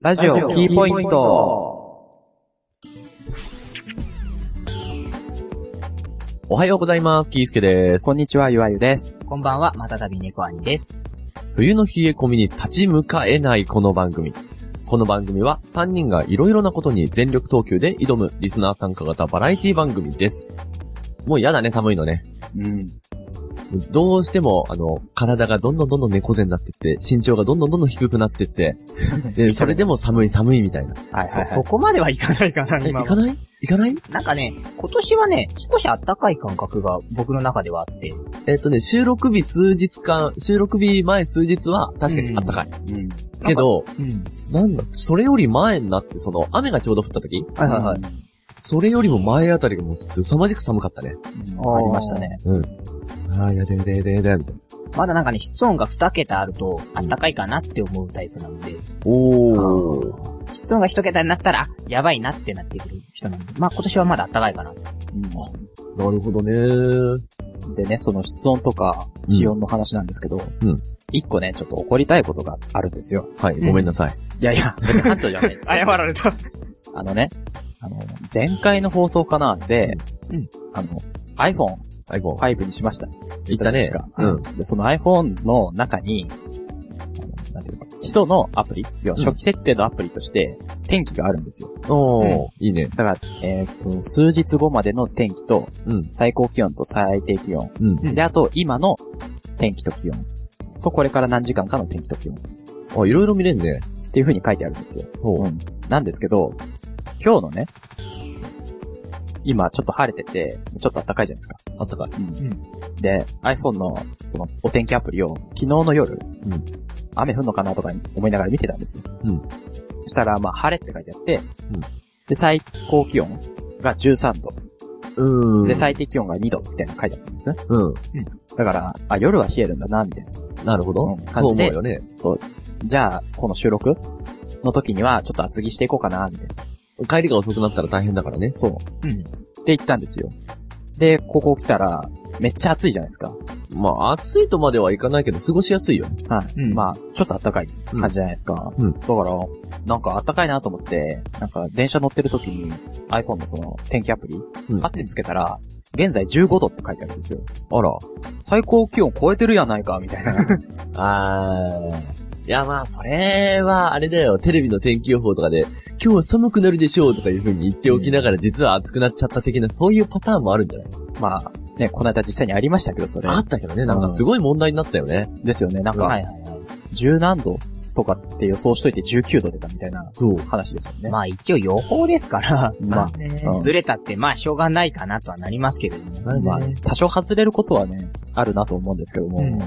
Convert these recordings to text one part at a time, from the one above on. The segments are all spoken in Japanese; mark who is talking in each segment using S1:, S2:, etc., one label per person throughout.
S1: ラジオキーポイント。
S2: おはようございます。キースケです。
S1: こんにちは、ゆあゆです。
S3: こんばんは、またたび猫兄です。
S2: 冬の冷え込みに立ち向かえないこの番組。この番組は3人がいろいろなことに全力投球で挑むリスナー参加型バラエティ番組です。もう嫌だね、寒いのね。
S1: うん。
S2: どうしても、あの、体がどんどんどんどん猫背になってって、身長がどんどんどんどん低くなっ てって、で、それでも寒い寒いみたいな。
S1: はいはい、はい。
S3: そ、そこまではいかないかな、
S2: え、
S3: 今
S2: 行
S3: は
S2: かない行かない
S3: なんかね、今年はね、少し暖かい感覚が僕の中ではあって。
S2: えっとね、収録日数日間、収録日前数日は確かにあったかい。
S1: うん。
S2: けど、
S3: うん。
S2: なんだ、それより前になって、その、雨がちょうど降った時
S3: はいはいはい。
S2: それよりも前あたりがもう凄まじく寒かったね。
S3: ありました。ね。
S2: ああ、やでやでやでやでやみたいな。
S3: まだなんかね、室温が2桁あると、暖かいかなって思うタイプなので、
S2: おー。
S3: 室温が1桁になったら、あやばいなってなってくる人なんで、まあ今年はまだ暖かいかな。。
S2: なるほどねー。
S1: でね、その室温とか、気温の話なんですけど、
S2: うんうん
S1: 一個ね、ちょっと怒りたいことがあるんですよ。
S2: はい、ごめんなさい。
S1: いやいや、別に班長じゃ ないです
S3: られた。
S1: あのね、あの、前回の放送かなで、
S3: うん
S1: あの、iPhone5
S2: はい、も
S1: にしました。
S2: う、いっ
S1: じゃな
S2: たね
S1: いですか。
S2: うん。
S1: で、その iPhone の中に、あのなんていうのか、基礎のアプリ、要は初期設定のアプリとして、天気があるんですよ。
S2: おー、いいね。
S1: だから、えーっと、数日後までの天気と、
S2: うん、
S1: 最高気温と最低気温。
S2: うん。
S1: で、あと、今の天気と気温。と、これから何時間かの天気と気温。っ
S2: あ、いろいろ見れんね。
S1: ていう風に書いてあるんですよ。
S2: ほ
S1: う
S2: う。
S1: ん。なんですけど、今日のね、今ちょっと晴れてて、ちょっと暖かいじゃないですか。
S2: あったかい。
S1: で、iPhone の、その、お天気アプリを、昨日の夜、
S2: ん
S1: 雨降んのかなとか思いながら見てたんですよ。
S2: うん
S1: そしたら、まあ、晴れって書いてあって、
S2: うん
S1: で、最高気温が13度、
S2: うーん。
S1: で、最低気温が2度、みたいなの書いてあったんですね。
S2: うん。
S1: だから、あ、夜は冷えるんだな、みたいな。
S2: なるほ
S1: う
S2: ど
S1: ん。感
S2: そう
S1: じで
S2: 思うよね。
S1: そう。じゃあ、この収録の時には、ちょっと厚着していこうかな、みたいな。
S2: 帰りが遅くなったら大変だからね。
S1: そう。
S3: うん。
S1: って言ったんですよ。で、ここ来たら、めっちゃ暑いじゃないですか。
S2: まあ、暑いとまではいかないけど、過ごしやすいよね。
S1: はい。
S3: うん
S1: まあ、ちょっと暖かい感じじゃないですか。
S2: うんうん
S1: だから、なんか暖かいなと思って、なんか電車乗ってる時に iPhone のその天気アプリ、
S2: うん
S1: パってつけたら、現在15度って書いてあるんですよ。
S2: あら。
S1: 最高気温超えてるやないか、みたい な。
S2: あー。いやまあ、それは、あれだよ、テレビの天気予報とかで、今日は寒くなるでしょうとかいう風に言っておきながら、実は暑くなっちゃった的な、そういうパターンもあるんじゃない
S1: まあ、ね、この間実際にありましたけど、それ
S2: あ。ったけどね、なんかすごい問題になったよね。
S1: ですよね。なん
S3: は
S1: か
S3: い、はいは
S1: 十何度とかって予想しといて19度出たみたいな
S2: そう。
S1: 話ですよね。
S3: い。まあ一応予報ですから、
S1: まあ
S2: ね
S1: うん
S3: ずれたって、まあしょうがないかなとはなりますけれども。
S2: まあ
S1: まあ
S2: ね、
S1: 多少外れることはね、あるなと思うんですけども、
S3: うん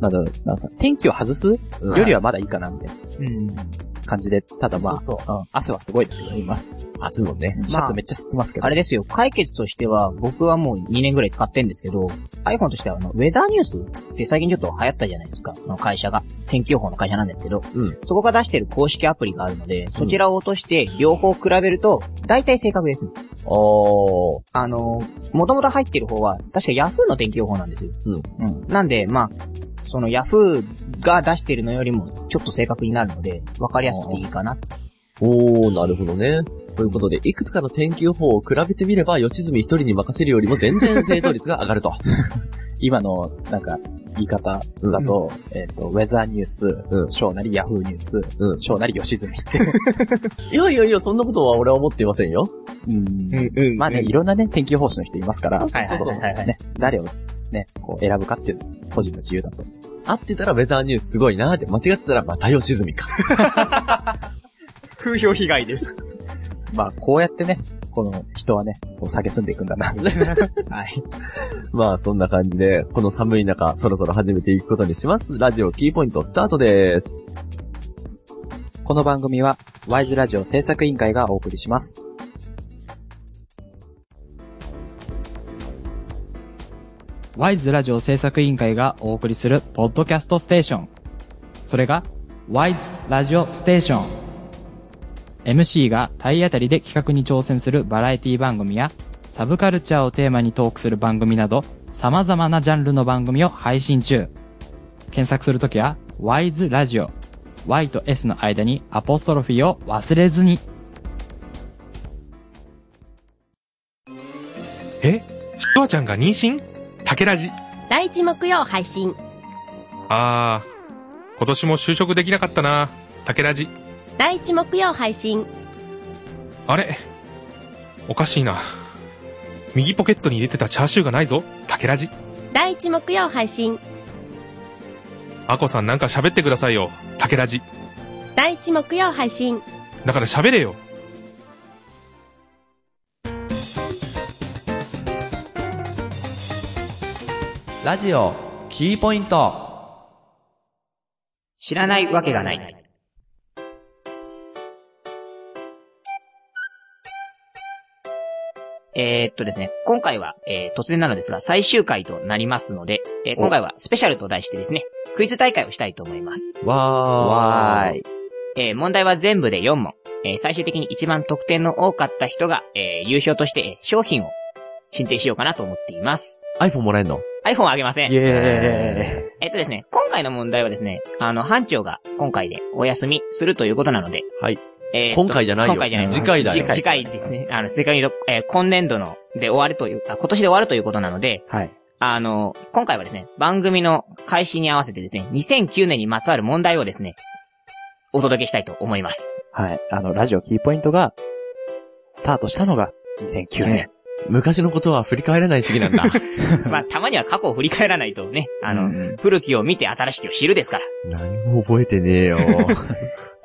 S1: なんだろう、なんか、天気を外すよ
S2: うん
S1: りはまだいいかな、みたいな
S3: うん。
S1: 感じで、ただまあ、
S2: そうそ
S1: うん汗はすごいですけど、今。
S2: 暑いもんね。
S1: シャツめっちゃ吸ってますけど。
S3: あれですよ、解決としては、僕はもう2年ぐらい使ってんですけど、iPhone としてはあの、ウェザーニュースって最近ちょっと流行ったじゃないですか。あの会社が。天気予報の会社なんですけど、
S2: うん
S3: そこが出してる公式アプリがあるので、そちらを落として、両方比べると、大体正確です。
S2: おー。
S3: あのー、もともと入ってる方は、確か Yahoo の天気予報なんですよ。
S1: うん。
S3: なんで、まあ、その Yahoo が出してるのよりも、ちょっと正確になるので、わかりやすくていいかな。
S2: おー、なるほどね。ということで、いくつかの天気予報を比べてみれば、吉住一人に任せるよりも全然正答率が上がる と。
S1: 今の、なんか、言い方だと、えっ、と、ウェザーニュース、
S2: うん
S1: 小なりヤフーニュース、
S2: うん
S1: 小なり吉住って。
S2: いやいやいや、そんなことは俺は思っていませんよ。
S1: うん。
S3: う
S1: まあね、いろんなね、天気予報士の人いますから、
S3: はいはいはいはい。
S1: ね、誰をね、こう選ぶかっていう、個人の自由だと。
S2: 合ってたらウェザーニュースすごいなーって、間違ってたらまた吉住か。
S3: 風評被害です。
S1: まあ、こうやってね、この人はね、こう下げすんでいくんだな、
S3: はい。
S2: まあ、そんな感じで、この寒い中、そろそろ始めていくことにします。ラジオキーポイントスタートです。
S1: この番組は、ワイズラジオ制作委員会がお送りします。
S4: ワイズラジオ制作委員会がお送りするポッドキャストステーション。それが、ワイズラジオステーション。MC が体当たりで企画に挑戦するバラエティ番組や、サブカルチャーをテーマにトークする番組など、様々なジャンルの番組を配信中。検索するときは、ワイズラジオ。 Y と S の間にアポストロフィーを忘れずに。
S5: えちくわちゃんが妊娠竹ラジ。
S6: 第一木曜配信。
S5: あー、今年も就職できなかったな。竹ラジ。
S6: 第一木曜配信。
S5: あれおかしいな。右ポケットに入れてたチャーシューがないぞ。竹ラジ。
S6: 第一木曜配信。
S5: あこさんなんか喋ってくださいよ。竹ラジ。
S6: 第一木曜配信。
S5: だから喋れよ。
S2: ラジオ、キーポイント。
S3: 知らないわけがない。えー、っとですね、今回は、えー突然なのですが、最終回となりますので、えー今回はスペシャルと題してですね、クイズ大会をしたいと思います。
S2: わーい。
S1: い。
S3: えー問題は全部で4問。えー最終的に一番得点の多かった人が、えー優勝として、えー商品を申請しようかなと思っています。
S2: iPhone もらえんの
S3: iPhone はあげません。
S1: イエ
S3: えっとですね、今回の問題はですね、あの、班長が今回でお休みするということなので、
S2: はい。
S3: えーっと
S2: 今回じゃないよ
S3: 今回じゃない
S2: 次回だよ
S3: 次次回ですね。あの、正確に、えー今年度の、で終わるという、あ今年で終わるということなので、
S1: はい。
S3: あの、今回はですね、番組の開始に合わせてですね、2009年にまつわる問題をですね、お届けしたいと思い ます。
S1: ーはい。あの、ラジオキーポイントが、スタートしたのが2009年。
S2: 昔のことは振り返れない主義なんだ。
S3: まあ、たまには過去を振り返らないとね、あ
S1: う
S3: の、
S1: ん
S3: 古きを見て新しきを知るですから。
S2: 何も覚えてねえよ。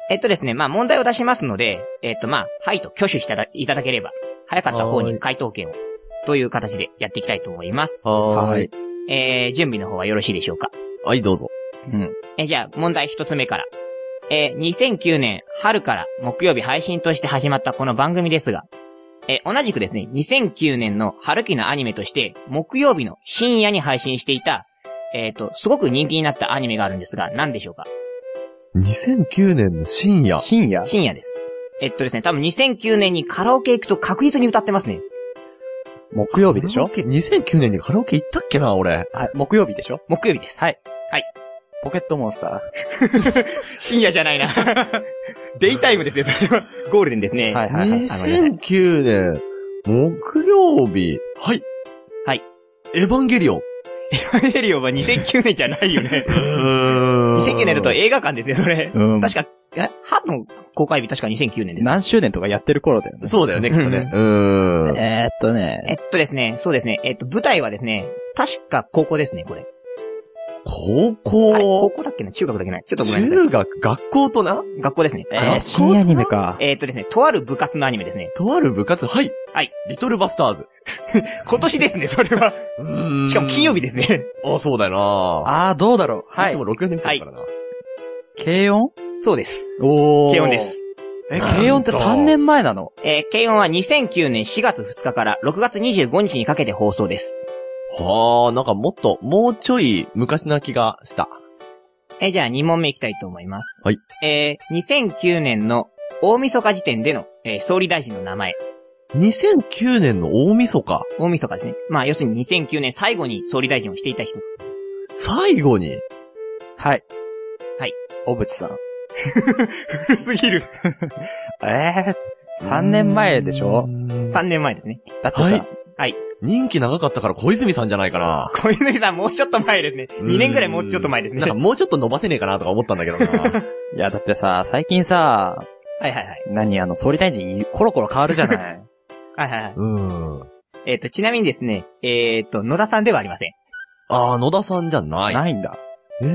S3: えっとですね、まあ問題を出しますので、えっとまあ、はいと挙手していただいただければ、早かった方
S2: はー
S3: に
S2: い
S3: 回答権を、という形でやっていきたいと思います。
S2: はーい。
S3: えー、準備の方はよろしいでしょうか。
S2: はい、どうぞ。
S1: うん。
S3: えーじゃあ、問題一つ目から。えー、2009年春から木曜日配信として始まったこの番組ですが、えー、同じくですね、2009年の春期のアニメとして、木曜日の深夜に配信していた、えっ、と、すごく人気になったアニメがあるんですが、何でしょうか
S2: 2009年の深夜。
S1: 深夜。
S3: 深夜です。えっとですね、多分2009年にカラオケ行くと確実に歌ってますね。
S1: 木曜日でしょ
S2: ?2009 年にカラオケ行ったっけな、俺。
S1: はい。木曜日でしょ
S3: 木曜日です。
S1: はいポケットモンスター。
S3: 深夜じゃな いな。デイタイムですね、それは。ゴールデンですね。
S1: はいはいはい。あごめんなさい
S2: 2009年、木曜日。はい。
S3: はい。
S2: エヴァンゲリオン。
S3: エヴァンゲリオンは2009年じゃないよね。2009
S2: 2009
S3: 年だと映画館ですね、それ。
S1: うん。
S3: 確か、え歯の公開日確か2009年です。
S1: 何周年とかやってる頃だよね。
S2: そうだよね、きっとね。うーん。
S1: えーっと
S3: えっ
S1: ね、
S3: とですね、そうですね、えっと、舞台はですね、確か高校ですね、これ。
S2: 高
S3: あれ高
S2: 校、
S3: 校だっけな中学だっけなちょっとごめんなさ
S2: 中学、学校とな、
S3: い。学校ですね。
S1: え
S3: あの
S1: ー、深夜アニメか。
S3: えっとですね、とある部活のアニメですね。
S2: とある部活、はい。
S3: はい。
S2: リトルバスターズ。
S3: 今年ですね、それは。
S2: うーん
S3: しかも金曜日ですね。
S2: あ、そうだよな
S1: あー、どうだろう。はい
S2: つ
S1: い
S2: も。6年くらいからな。
S1: 軽音
S3: そうです。
S1: お
S3: 軽音で。す。
S1: え、軽音って3年前なの
S3: えー、軽音は2009年4月2日から6月25日にかけて放送です。
S2: はあ、なんかもっと、もうちょい昔な気がした。
S3: えー、じゃあ2問目いきたいと思います。
S2: はい。
S3: えー、2009年の大晦日時点での、えー総理大臣の名前。
S2: 2009年の大晦日、
S3: 大晦日ですね。まあ、要するに2009年最後に総理大臣をしていた人。
S2: 最後に、
S1: はい。
S3: はい。
S1: 小渕さん。
S3: 古すぎる。
S1: えー、3年前でしょ
S3: 3年前ですね。
S1: だって
S2: は
S1: さ
S2: い、
S3: はい。
S2: 人気長かったから小泉さんじゃない かな。
S3: 小泉さんもうちょっと前ですね。2年ぐらいもうちょっと前ですね。
S2: なんか
S3: は
S2: もうちょっと伸ばせねえかなとか思ったんだけど な。
S1: いや、だってさ、最近さ、
S3: い はいはい。
S1: 何あの、総理大臣、コロコロ変わるじゃ ない。
S3: はいはいはい。
S2: うん。
S3: えっ、と、ちなみにですね、えっ、と、野田さんではありません。
S2: あー、野田さんじゃない。
S1: ないんだ。
S2: え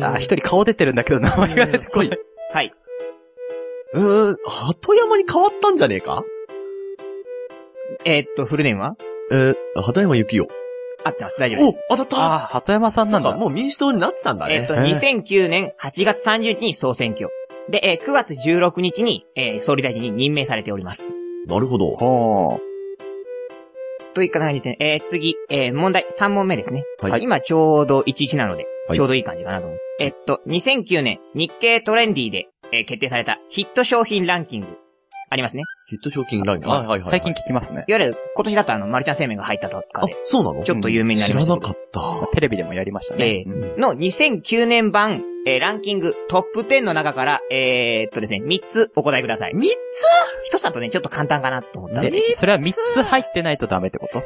S2: ー。
S1: あー、一人顔出てるんだけど、名前が出てこない。
S3: はい。
S2: うーん、鳩山に変わったんじゃねえか
S3: えっ、と、フルネームは
S2: えー、鳩山幸雄。
S3: 合ってます。大丈夫
S2: お
S3: です。、
S2: 当たった
S1: あー、鳩山さんなん
S2: そ
S1: だ
S2: うか。もう民主党になってたんだね。
S3: えっ、と、
S1: え
S3: 2009年8月30日に総選挙。で、えー9月16日に、えー総理大臣に任命されております。
S2: なるほど。
S1: ほ
S3: という感じで、えー次、えー問題3問目ですね。
S2: はい
S3: 今ちょうど11なので、
S2: はい
S3: ちょうどいい感じかなと思います。えっと、2009年日経トレンディで、えー決定されたヒット商品ランキング。ありますね。
S2: ヒット賞金ランキ
S1: う。
S2: ング。はいはいはいはい。
S1: 最近聞きますね。
S3: いわゆる、今年だとあの、マルちゃん製麺が入ったと
S2: あ
S3: かで、、
S2: そうなの
S3: ちょっと有名になり
S2: 知
S3: ま
S2: ら
S3: した
S2: な
S3: けど。
S2: かった。
S1: テレビでもやりましたね。
S3: えーの2009年版、えーランキングトップ10の中から、えー、っとですね、3つお答えください。3つ ?1 つだとね、ちょっと簡単かなと思ったん
S1: で
S3: で。
S1: それは3つ入ってないとダメってこと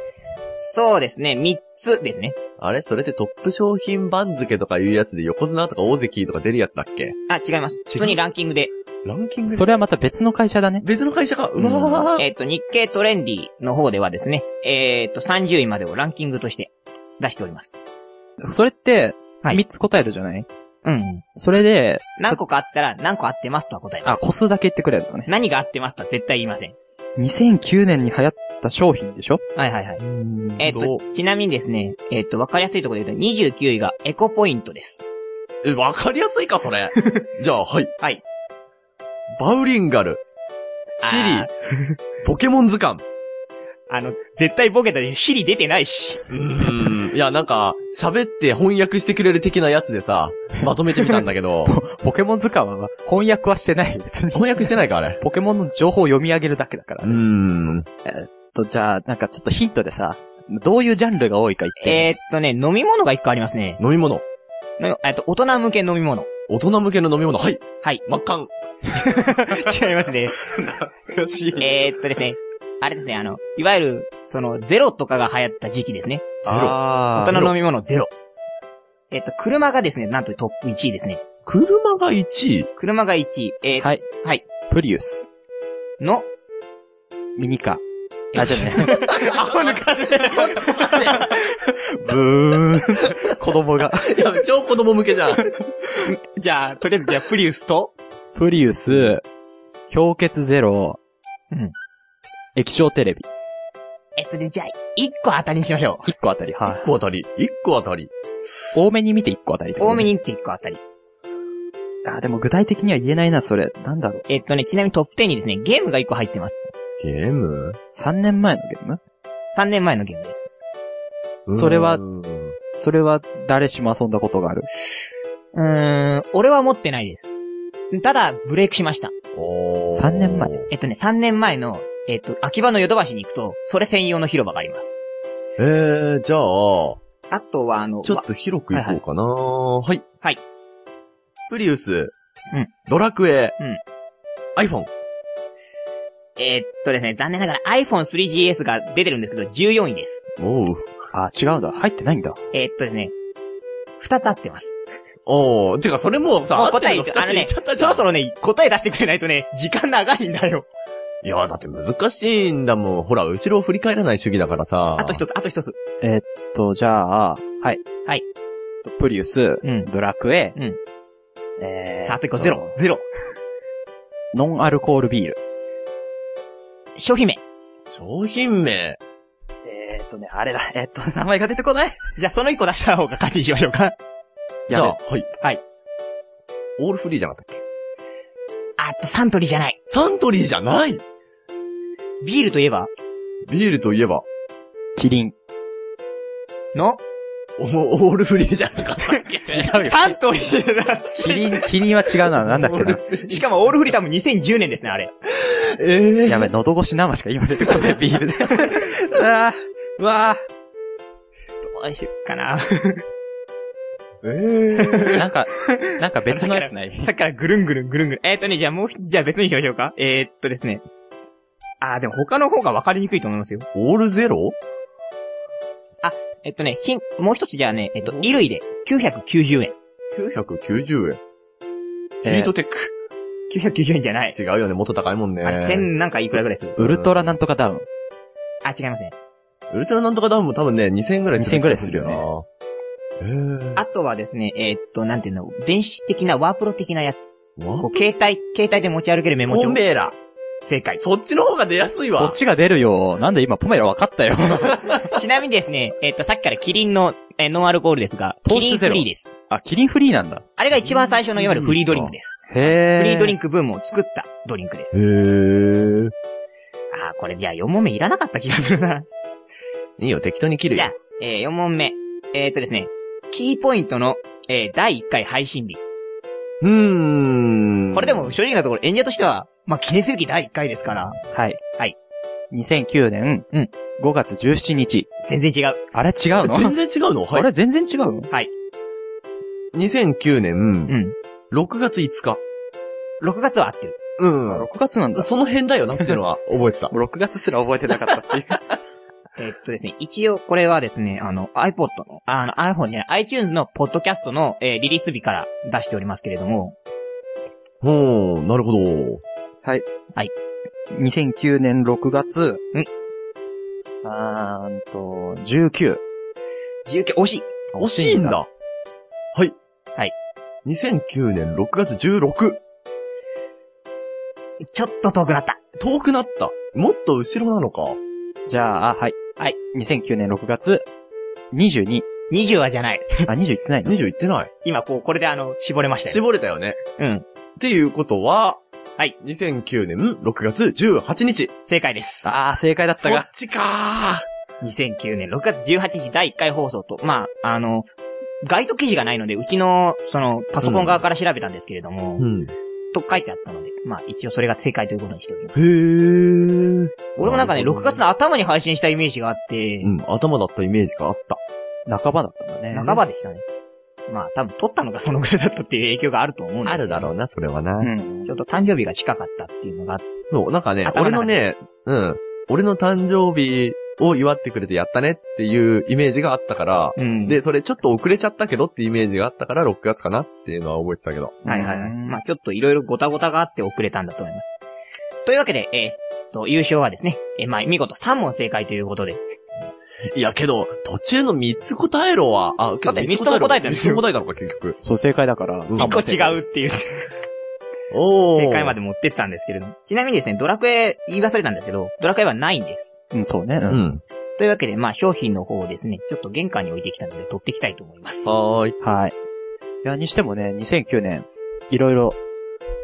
S3: そうですね、3つですね。
S2: あれそれってトップ商品番付とかいうやつで横綱とか大関とか出るやつだっけ
S3: あ、違います。普通にランキングで、
S2: ランキングで
S1: それはまた別の会社だね。
S2: 別の会社か。うわー。
S3: えーっと、日経トレンディの方ではですね、えー、っと、30位までをランキングとして出しております。
S1: それって、
S3: はい
S1: 3つ答えるじゃない
S3: うん。
S1: それで、
S3: 何個かあったら、何個あってますとは答えま
S1: あ、
S3: す。
S1: 個数だけ言ってくれるのね。
S3: 何があってますとは絶対言いません。
S1: 2009年に流行った商品でしょ
S3: はいはいはい。えっ、
S2: ど
S3: と、ちなみにですね、えっ、と、わかりやすいところで言うと、29位がエコポイントです。
S2: え、わかりやすいか、それ。じゃあ、はい。
S3: はい。
S2: バウリンガル。シリ
S3: あー
S2: ポケモン図鑑。
S3: あの、絶対ボケたで、ヒリ出てないし。
S2: うーん。いや、なんか、喋って翻訳してくれる的なやつでさ、まとめてみたんだけど、
S1: ポケモン図鑑は翻訳はしてない。別に。
S2: 翻訳してないか、あれ。
S1: ポケモンの情報を読み上げるだけだから
S2: うー。ん。
S1: と、じゃあ、なんかちょっとヒントでさ、どういうジャンルが多いか言って。
S3: えっとね、飲み物が1個ありますね。
S2: 飲み物。
S3: 飲みえっと、大人向け飲み 物。
S2: 大人向けの飲み物。はい。
S3: はい。
S2: 真っ赤。
S3: 違いますね。
S2: 懐かしい
S3: えっとですね、あれですね、あの、いわゆる、その、ゼロとかが流行った時期ですね。
S2: あ
S3: 大
S2: ー
S3: 人の飲み物ゼロ。えっ、と、車がですね、なんとトップ1位ですね。
S2: 車が1位。
S3: 車が1位。えーと
S1: はい。
S3: はい。
S1: プリウス、
S3: の、
S1: ミニカー。あ、じゃあね。
S3: アホ抜かせ
S1: ブーン。子供が。
S2: いや、超子供向けじゃん。
S3: じゃあ、とりあえず、じゃあ、プリウスと、
S1: プリウス、氷結ゼロ、
S3: うん。
S1: 液晶テレビ。
S3: えっとね、じゃあ、一個当たりにしましょ
S1: 1個あたり。はい。
S2: 1個あたり。1個あたり。
S1: 多めに見て1個あたりって
S3: う。
S1: こと
S3: 多め。にって一個当たり。
S1: あ、でも具体的には言えないな、それ。なんだろう。
S3: えっとね、ちなみにトップ10にですね、ゲームが一個入ってます。
S2: ゲーム
S1: 3年前のゲーム
S3: 3年前のゲームです。
S1: それは
S2: うーん
S1: それは誰しも遊んだことがある。
S3: うーん、俺は持ってないです。ただ、ブレイクしました。
S2: おー
S1: 3年前
S3: えっとね、3年前の、えっと、秋葉のヨドバシに行くと、それ専用の広場があります。
S2: えー、じゃあ、ちょ
S3: あとは、あの、
S2: っと広く行こうかなはい。
S3: はい。
S2: プリウス。
S3: うん。
S2: ドラクエ。
S3: うん。
S2: iPhone。
S3: えっとですね、残念ながら iPhone3GS が出てるんですけど、14位です。
S2: おう。
S1: あ、違うんだ。入ってないんだ。
S3: えっとですね、2つ合ってます。
S2: おー。てか、それもうさ、
S3: もう答え言
S2: 合
S3: っ
S2: っ
S3: てて、
S2: るの
S3: あ
S2: 二
S3: の
S2: つ言
S3: ね
S2: っちゃった、じ
S3: そ
S2: ゃん
S3: ろそろね、答え出してくれないとね、時間長いんだよ。
S2: いや、だって難しいんだもん。ほら、後ろを振り返らない主義だからさ。
S3: あと一つ、あと一つ。
S1: えーっと、じゃあ、はい。
S3: はい。
S1: プリウス、
S3: うん
S1: ドラクエ、
S3: うん
S1: えー、
S3: さあ、あと一個、ゼロ、ゼロ。
S1: ノンアルコールビール。
S3: 商品名。
S2: 商品名。
S1: えーっとね、あれだ。えーっと、名前が出てこない
S3: じゃあ、その一個出した方が勝ちにしましょ うか。
S2: じ
S1: や
S2: ゃ
S1: べ
S2: あ、はい。
S3: はい。
S2: オールフリーじゃなかったっけ
S3: あっと、サントリーじゃない。
S2: サントリーじゃない
S3: ビールといえば、
S2: ビールといえば、
S1: キリン。
S3: の、
S2: おオールフリーじゃなか ったっけ
S1: 違うよ。
S3: サントリー だっつっ
S1: キリン、キリンは違うな。なんだっ け な。
S3: てしかも、オールフリー多分2010年ですね、あれ。
S2: ええ
S1: やべ、喉越し生しか今出てこない。ビールで。あーうわ
S3: どうしようかな。
S2: え ー
S1: ーなんか、なんか別のやつない。
S3: さっきからぐるんぐるんぐるんぐるん。えーっとね、じゃあもう、じゃあ別にしましょうか。えーっとですね。あー、でも他の方が分かりにくいと思いますよ。
S2: オールゼロ
S3: えっとね、ひん、もう一つじゃあね、えっと、衣類で990円。
S2: ?990 円。
S1: え
S2: ヒ
S1: ー
S2: ートテック。
S3: 990円じゃない。
S2: 違うよね、もっと高いもんね。
S3: あれ、1000なんかいくらぐらいする
S1: ウルトラなんとかダウン。
S3: あ、違いますね。
S2: ウルトラなんとかダウンも多分ね、2000円ぐらい
S1: 2000ぐらいするよね
S2: よな。えー、
S3: あとはですね、えーっと、なんていうの、電子的なワープロ的なやつ。こ
S2: わ
S3: う、携帯、携帯で持ち歩けるメモ
S2: ポ
S3: 帳。
S2: メラ。
S3: 正解。
S2: そっちの方が出やすい
S1: そっ
S2: わ。
S1: ちが出るよ。なんで今、ポメラ分かったよ。
S3: ちなみにですね、えーっと、さっきからキリンの、えーノンアルコールですが、
S1: 糖質
S3: キリン
S1: ゼ
S3: フ
S1: ロ
S3: リーです。
S1: あ、キリンフリーなんだ。
S3: あれが一番最初のいわゆるフリードリンクです。
S1: へー。
S3: フリードリンクブームを作ったドリンクです。
S2: へー。
S3: あー、これじゃあ4問目いらなかった気がするな。
S2: いいよ、適当に切る
S3: じ
S2: よ
S3: ゃあ。、え4問目。えーっとですね、キーポイントの、えー第1回配信日。
S2: うーん。
S3: これでも、正直なところ演者としては、まあ、記念すべき第1回ですから、
S1: はい。
S3: はい。
S1: 2009年、
S3: うん
S1: 5月17日。
S3: 全然違う。
S1: あれ違うの
S2: 全然違うのは
S1: あ
S2: い
S1: れ。全然違うの
S3: はい。
S2: 2009
S3: う
S2: 年、
S3: ん。
S2: 6月5日。
S3: 6月は合ってる。
S2: うん。
S1: 6月なんだ。
S2: その辺だよなっていう のは覚えてた。
S1: 6月すら覚えてなかったっていう。
S3: えっとですね、一応これはですね、あの iPod の、あの iPhone じゃない、iTunes のポッドキャストの、えーリリース日から出しておりますけれども、
S2: ほう、なるほど。
S1: 2009年6月。
S3: うん
S1: あーんと、19。
S3: 自由形惜しい
S2: 惜しいんだ。はい。
S3: はい。
S2: 2009年6月16。
S3: ちょっと遠くなった
S2: 遠くなった。もっと後ろなのか。
S1: じゃあ、はい。
S3: はい。
S1: 2009年6月22。
S3: !20 はじゃない。
S1: あ、20いってないの
S2: 20いってない。
S3: 今こう、これであの、絞れましたよ。
S2: 絞れたよね。
S3: うん。
S2: っていうことは、
S3: はい。
S2: 2009年6月18日。
S3: 正解です。
S1: あー、正解だった
S2: そっ
S1: が。
S2: ちか
S3: 2009年6月18日第1回放送と、まあ、あの、ガイド記事がないので、うちの、その、パソコン側から調べたんですけれども、
S2: ー。ん。
S3: と書いてあったので、まあ、一応それが正解ということにしておきます。
S2: へー。
S3: 俺もなんかね、
S2: なる
S3: 6
S2: ほど
S3: 月の頭に配信したイメージがあって、
S2: うん、頭だったイメージがあった。
S1: 半ばだったんだね。
S3: 半ばでしたね。まあ、多分撮ったのがそのぐらいだったっていう影響があると思うんですけど。
S2: うな、それはな
S3: うん。ちょっと誕生日が近かったっていうのがあって、
S2: そう、なんかね、
S3: 頭
S2: 俺
S3: の
S2: の
S3: 中で
S2: ね、うん。俺の誕生日を祝ってくれてやったねっていうイメージがあったから、
S3: うん
S2: で、それちょっと遅れちゃったけどってイメージがあったから6月かなっていうのは覚えてたけど。
S3: はいはいはい。まあちょっといろいろごたごたがあって遅れたんだと思います。というわけで、えー、すと、優勝はですね、えーまあ見事3問正解ということで、
S2: いやけど、途中の3つ答えろは、あ、けど
S3: だって三つとも答えたん
S2: 3
S3: です
S2: つ
S3: よ
S2: も答えたのか結局。
S1: そう、正解だから。
S2: ん
S3: 1個
S1: 三番正解で
S3: 違うっ
S1: す
S3: ていう、
S2: お
S3: 正解ま
S2: で。
S3: で持ってったんですけれども。ちなみにですね、ドラクエ言い忘れたんですけど、ドラクエはないんです。
S1: うん、そうね。う。
S2: うんん。
S3: というわけで、まあ商品の方をですね、ちょっと玄関に置いてきたので取ってきたいと思います。
S2: はーい。
S1: はい。いや、にしてもね、2009年、いろいろ、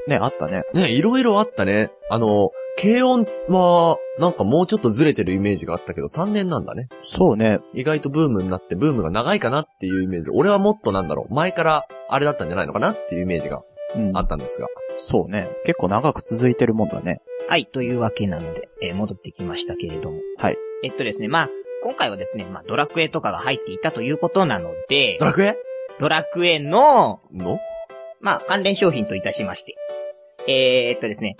S1: ね、あったね。
S2: ね、いろいろあったね。あの、軽音は、なんかもうちょっとずれてるイメージがあったけど、3年なんだね。
S1: そうね。
S2: 意外とブームになって、ブームが長いかなっていうイメージ。俺はもっとなんだろう、前からあれだったんじゃないのかなっていうイメージが
S1: うん
S2: あっ。たんですが。
S1: そうね。結構長く続いてるもんだね。
S3: はい、というわけなので、えー戻ってきましたけれども。
S1: はい。
S3: えっとですね、まあ、今回はですね、まあ、ドラクエとかが入っていたということなので、
S2: ドラクエ
S3: ドラクエの、
S2: の
S3: まあ、関連商品といたしまして。えー、っとですね、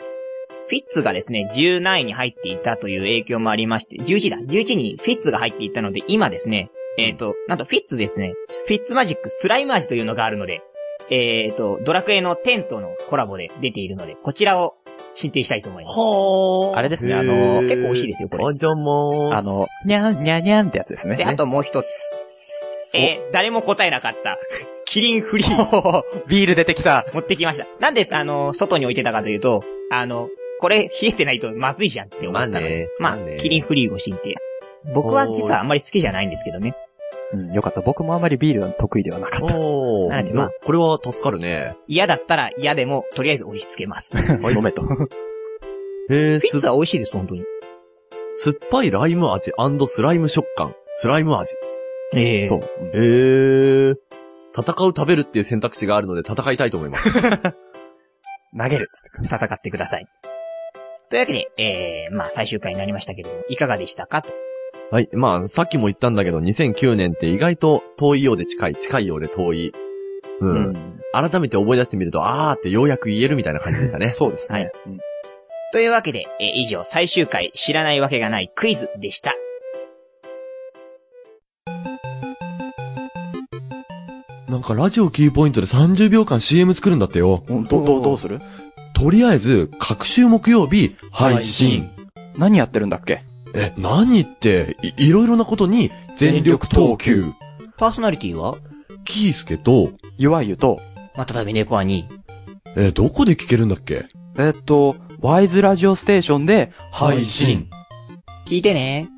S3: フィッツがですね、17位に入っていたという影響もありまして、11だ、11位にフィッツが入っていたので、今ですね、えー、っと、なんとフィッツですね、フィッツマジックスライム味というのがあるので、えー、っと、ドラクエのテンとのコラボで出ているので、こちらを進呈したいと思います。
S2: は
S1: あれですねあの
S3: 結構美味しいですよこれ
S2: おじゃまー
S1: あ
S2: す。
S1: の、にゃん、にゃんにゃんってやつです
S3: で、
S1: ね。
S3: あともう一つ。えー誰も答えなかった。キリンフリー。
S1: ビール出てきた。
S3: 持ってきました。なんで、あの、外に置いてたかというと、あの、これ冷えてないとまずいじゃんって思ったので。
S2: ま
S3: まあ
S2: あねまあね、
S3: キリンフリーを知って。僕は実はあんまり好きじゃないんですけどね。
S1: うん、よかった。僕もあまりビールは得意ではなかった。
S2: お
S3: なんでまあ
S2: いやこれは助かるね。
S3: 嫌だったら嫌でも、とりあえず押し付け ます。フ
S1: 飲めと。
S2: へえ、
S3: ィッ
S2: す
S3: ツは美味しいです、本当に。
S2: 酸っぱいライム味スライム食感。スライム味。
S3: ええ
S1: そ
S3: そうう。。
S2: へえ。戦う食べるっていう選択肢があるので戦いたいと思います。
S1: 投げるっつって。
S3: 戦ってください。というわけで、ええまあ、最終回になりましたけれども、いかがでしたかと。
S2: はい。まあ、さっきも言ったんだけど、2009年って意外と遠いようで近い、近いようで遠い。うん。
S1: うん。
S2: 改めて思い出してみると、あーってようやく言えるみたいな感じでした ね。
S1: そうです
S3: は
S1: ね
S3: い。というわけで、えー以上、最終回、知らないわけがないクイズでした。
S2: なんかラジオキーポイントで30秒間 CM 作るんだってよ。
S1: うんど、どう、どうする
S2: とりあえず、各週木曜日、
S1: 配信。何やってるんだっけ
S2: え、何って、い、いろいろなことに全力投球。
S3: パーソナリティは
S2: キースケと、
S1: ゆわゆと、
S3: またたび猫はに。
S2: え、どこで聞けるんだっけ
S1: えっと、ワイズラジオステーションで配信。
S3: 聞いてね。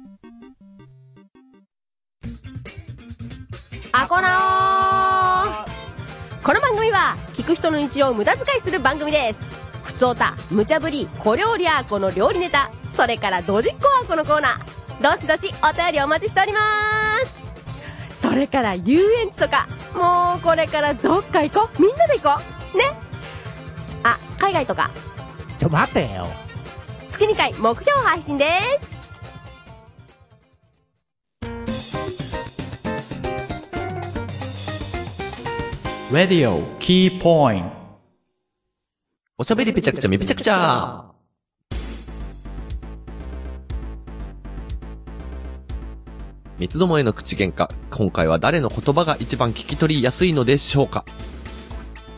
S6: アコラーこの番組は聞く人の日常を無駄遣いする番組ですふつおた無茶ぶり小料理アーコの料理ネタそれからドジっ子アーコのコーナーどしどしお便りお待ちしておりますそれから遊園地とかもうこれからどっか行こうみんなで行こうねあ海外とか
S3: ちょ、待ってよ。
S6: 月2回目標配信です
S4: Radio Key Point
S2: おしゃべりぺちゃくちゃめぺちゃくちゃ三つどもえの口喧嘩。今回は誰の言葉が一番聞き取りやすいのでしょうか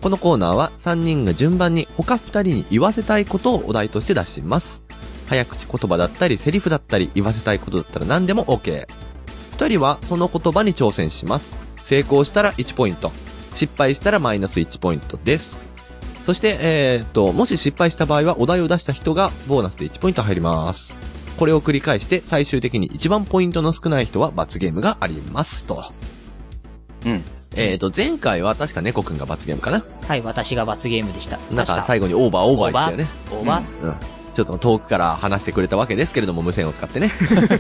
S2: このコーナーは3人が順番に他2人に言わせたいことをお題として出します。早口言葉だったり、セリフだったり、言わせたいことだったら何でも OK。2人はその言葉に挑戦します。成功したら1ポイント。失敗したらマイナス1ポイントです。そして、えーっと、もし失敗した場合はお題を出した人がボーナスで1ポイント入ります。これを繰り返して最終的に一番ポイントの少ない人は罰ゲームがありますと。
S1: うん。
S2: えーっと、前回は確か猫くんが罰ゲームかな
S3: はい、私が罰ゲームでした。
S2: なんか
S3: 確
S2: 最後にオーバーオーバーでしたよね。
S3: オーバー、
S2: ちょっと遠くから話してくれたわけですけれども、無線を使ってね。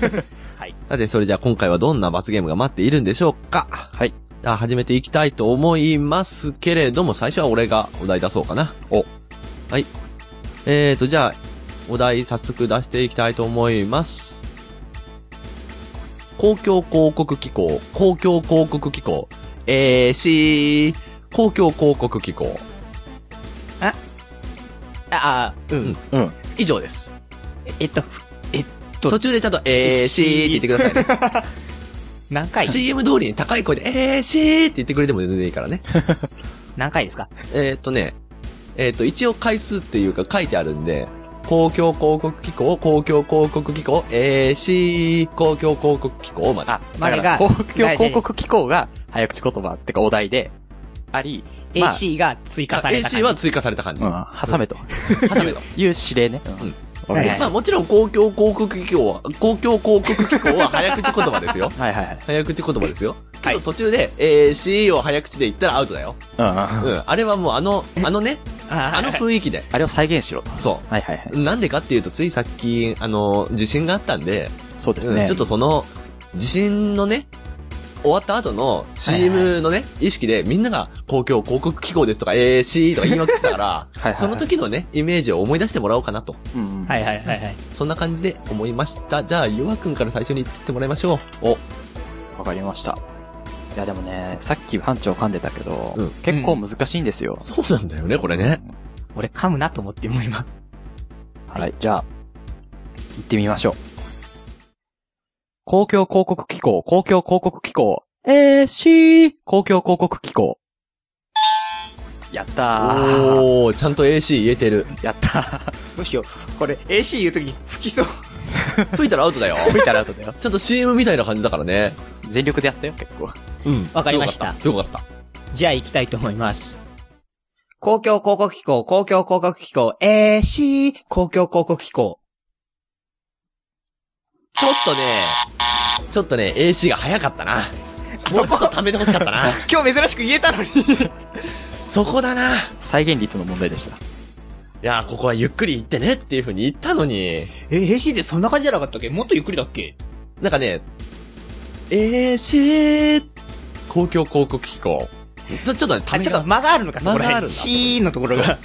S1: はい。
S2: さて、それじゃあ今回はどんな罰ゲームが待っているんでしょうか
S1: はい。
S2: じゃあ始めていきたいと思いますけれども、最初は俺がお題出そうかな。お。はい。えーと、じゃあ、お題早速出していきたいと思います。公共広告機構、公共広告機構、えー、しー、公共広告機構。
S3: あ、あ、うん。
S1: うん。
S2: 以上です。
S3: えっと、と
S2: 途中でちゃんと、えー、しーって言ってくださいね。
S3: 何回
S2: CM 通りに高い声で、えー、しーって言ってくれても全然いいからね。
S3: 何回ですか
S2: えーっとね、えーっと、一応回数っていうか書いてあるんで、公共広告機構、公共広告機構、えー、しー、公共広告機構まで。
S1: あ、
S3: ま
S1: だ
S3: で
S1: か
S3: が
S1: ら、公共
S3: 大事
S1: 広告機構が早口言葉ってかお題で、あり、まあ
S3: ?AC が追加された感
S2: AC
S3: じ。
S2: は追加された感じ。
S1: うん、
S2: は
S1: 挟めと
S2: た めの。
S1: いう指令ね。
S2: うん
S1: わかりま
S3: はい
S1: した
S2: まあもちろん公共広告機構は、公共広告機構は早口言葉ですよ。
S1: はいはいはい。
S2: 早口言葉ですよ。
S3: は
S2: け
S3: い
S2: ど途中で、えー、しーを早口で言ったらアウトだよ。
S1: うん
S2: う
S1: うん。
S2: ん。あれはもうあの、あのね、
S3: あ
S2: あの雰囲気で。
S1: あれを再現しろと。
S2: そう。
S1: はいはいはい。
S2: なんでかっていうと、ついさっき、あの、地震があったんで、
S1: そうです
S2: う
S1: ね。
S2: んちょっとその、地震のね、終わった後の CM のね、意識でみんなが公共広告機構ですとか AC とか言いまくってたか ら、
S1: はいはいはい
S2: その時のね、イメージを思い出してもらおうかなと。
S1: うんうん
S3: はいはいはいはい。
S2: そんな感じで思いました。じゃあ、ゆわくんから最初に言ってってもらいましょう。お、
S1: わかりました。いやでもね、さっき班長噛んでたけど、
S2: うん
S1: 結構難しいんですよ。
S2: そうなんだよね、これね。
S3: 俺噛むなと思ってもう今。
S1: はい、じゃあ、行ってみましょう。公共広告機構、公共広告機構、えー、しー、公共広告機構。やったー。
S2: おー、ちゃんと AC 言えてる。
S1: やったー。
S3: どうしよう。これ AC 言うときに吹きそう。
S2: 吹いたらアウトだよ。
S1: 吹いたら後だよ。
S2: ちゃんと CM みたいな感じだからね。
S1: 全力でやったよ、結構。
S2: うん。
S3: わかりました
S2: すごかった。すごかっ
S3: じゃあ行きたいと思います。公共広告機構、公共広告機構、AC、公共広告機構。
S2: たちょっとね、ちょっとね、AC が早かったな。もうちょっと貯めてほしかったな。
S3: 今日珍しく言えたのに。
S2: そこだな。
S1: 再現率の問題でした。
S2: いやー、ここはゆっくり行ってねっていう風に言ったのに、
S3: え、AC ってそんな感じじゃなかったっけもっとゆっくりだっけ
S2: なんかね、えー、しー、公共広告機構。ちょちょっとね、た
S3: あ、
S2: め
S3: ちょっと
S2: が
S3: 間があるのか、そこら
S2: 間がある
S3: 辺。
S2: んだ
S3: C のところが。は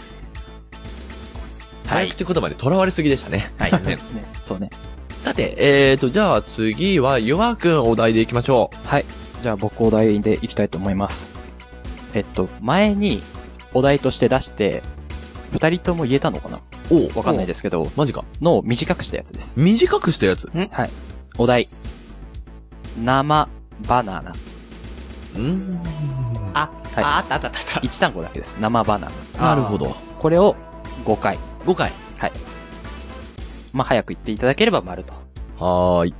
S2: 早
S3: い。
S2: 口言葉で囚われすぎでしたね。
S3: はい。
S2: ね
S1: ね、そうね。
S2: さて、えーと、じゃあ次は、ゆわくんお題でいきましょ
S1: はい。じゃあ僕お題でいきたいと思います。えっと、前にお題として出して、二人とも言えたのかな
S2: う。お
S1: わかんない
S2: で。
S1: ですけど、
S2: マジか。
S1: のを短くしたやつです。
S2: 短くしたやつ。
S1: お題。生バナナ。
S2: うん。
S3: あ、
S1: はい
S3: あ、あったあったあったあっ
S1: 一単語だけです。生バナナ。
S3: た。
S2: なるほ。ど。
S1: これを5回。
S2: 5回。
S1: まあ、早く言っていただければ丸と。
S2: はーい。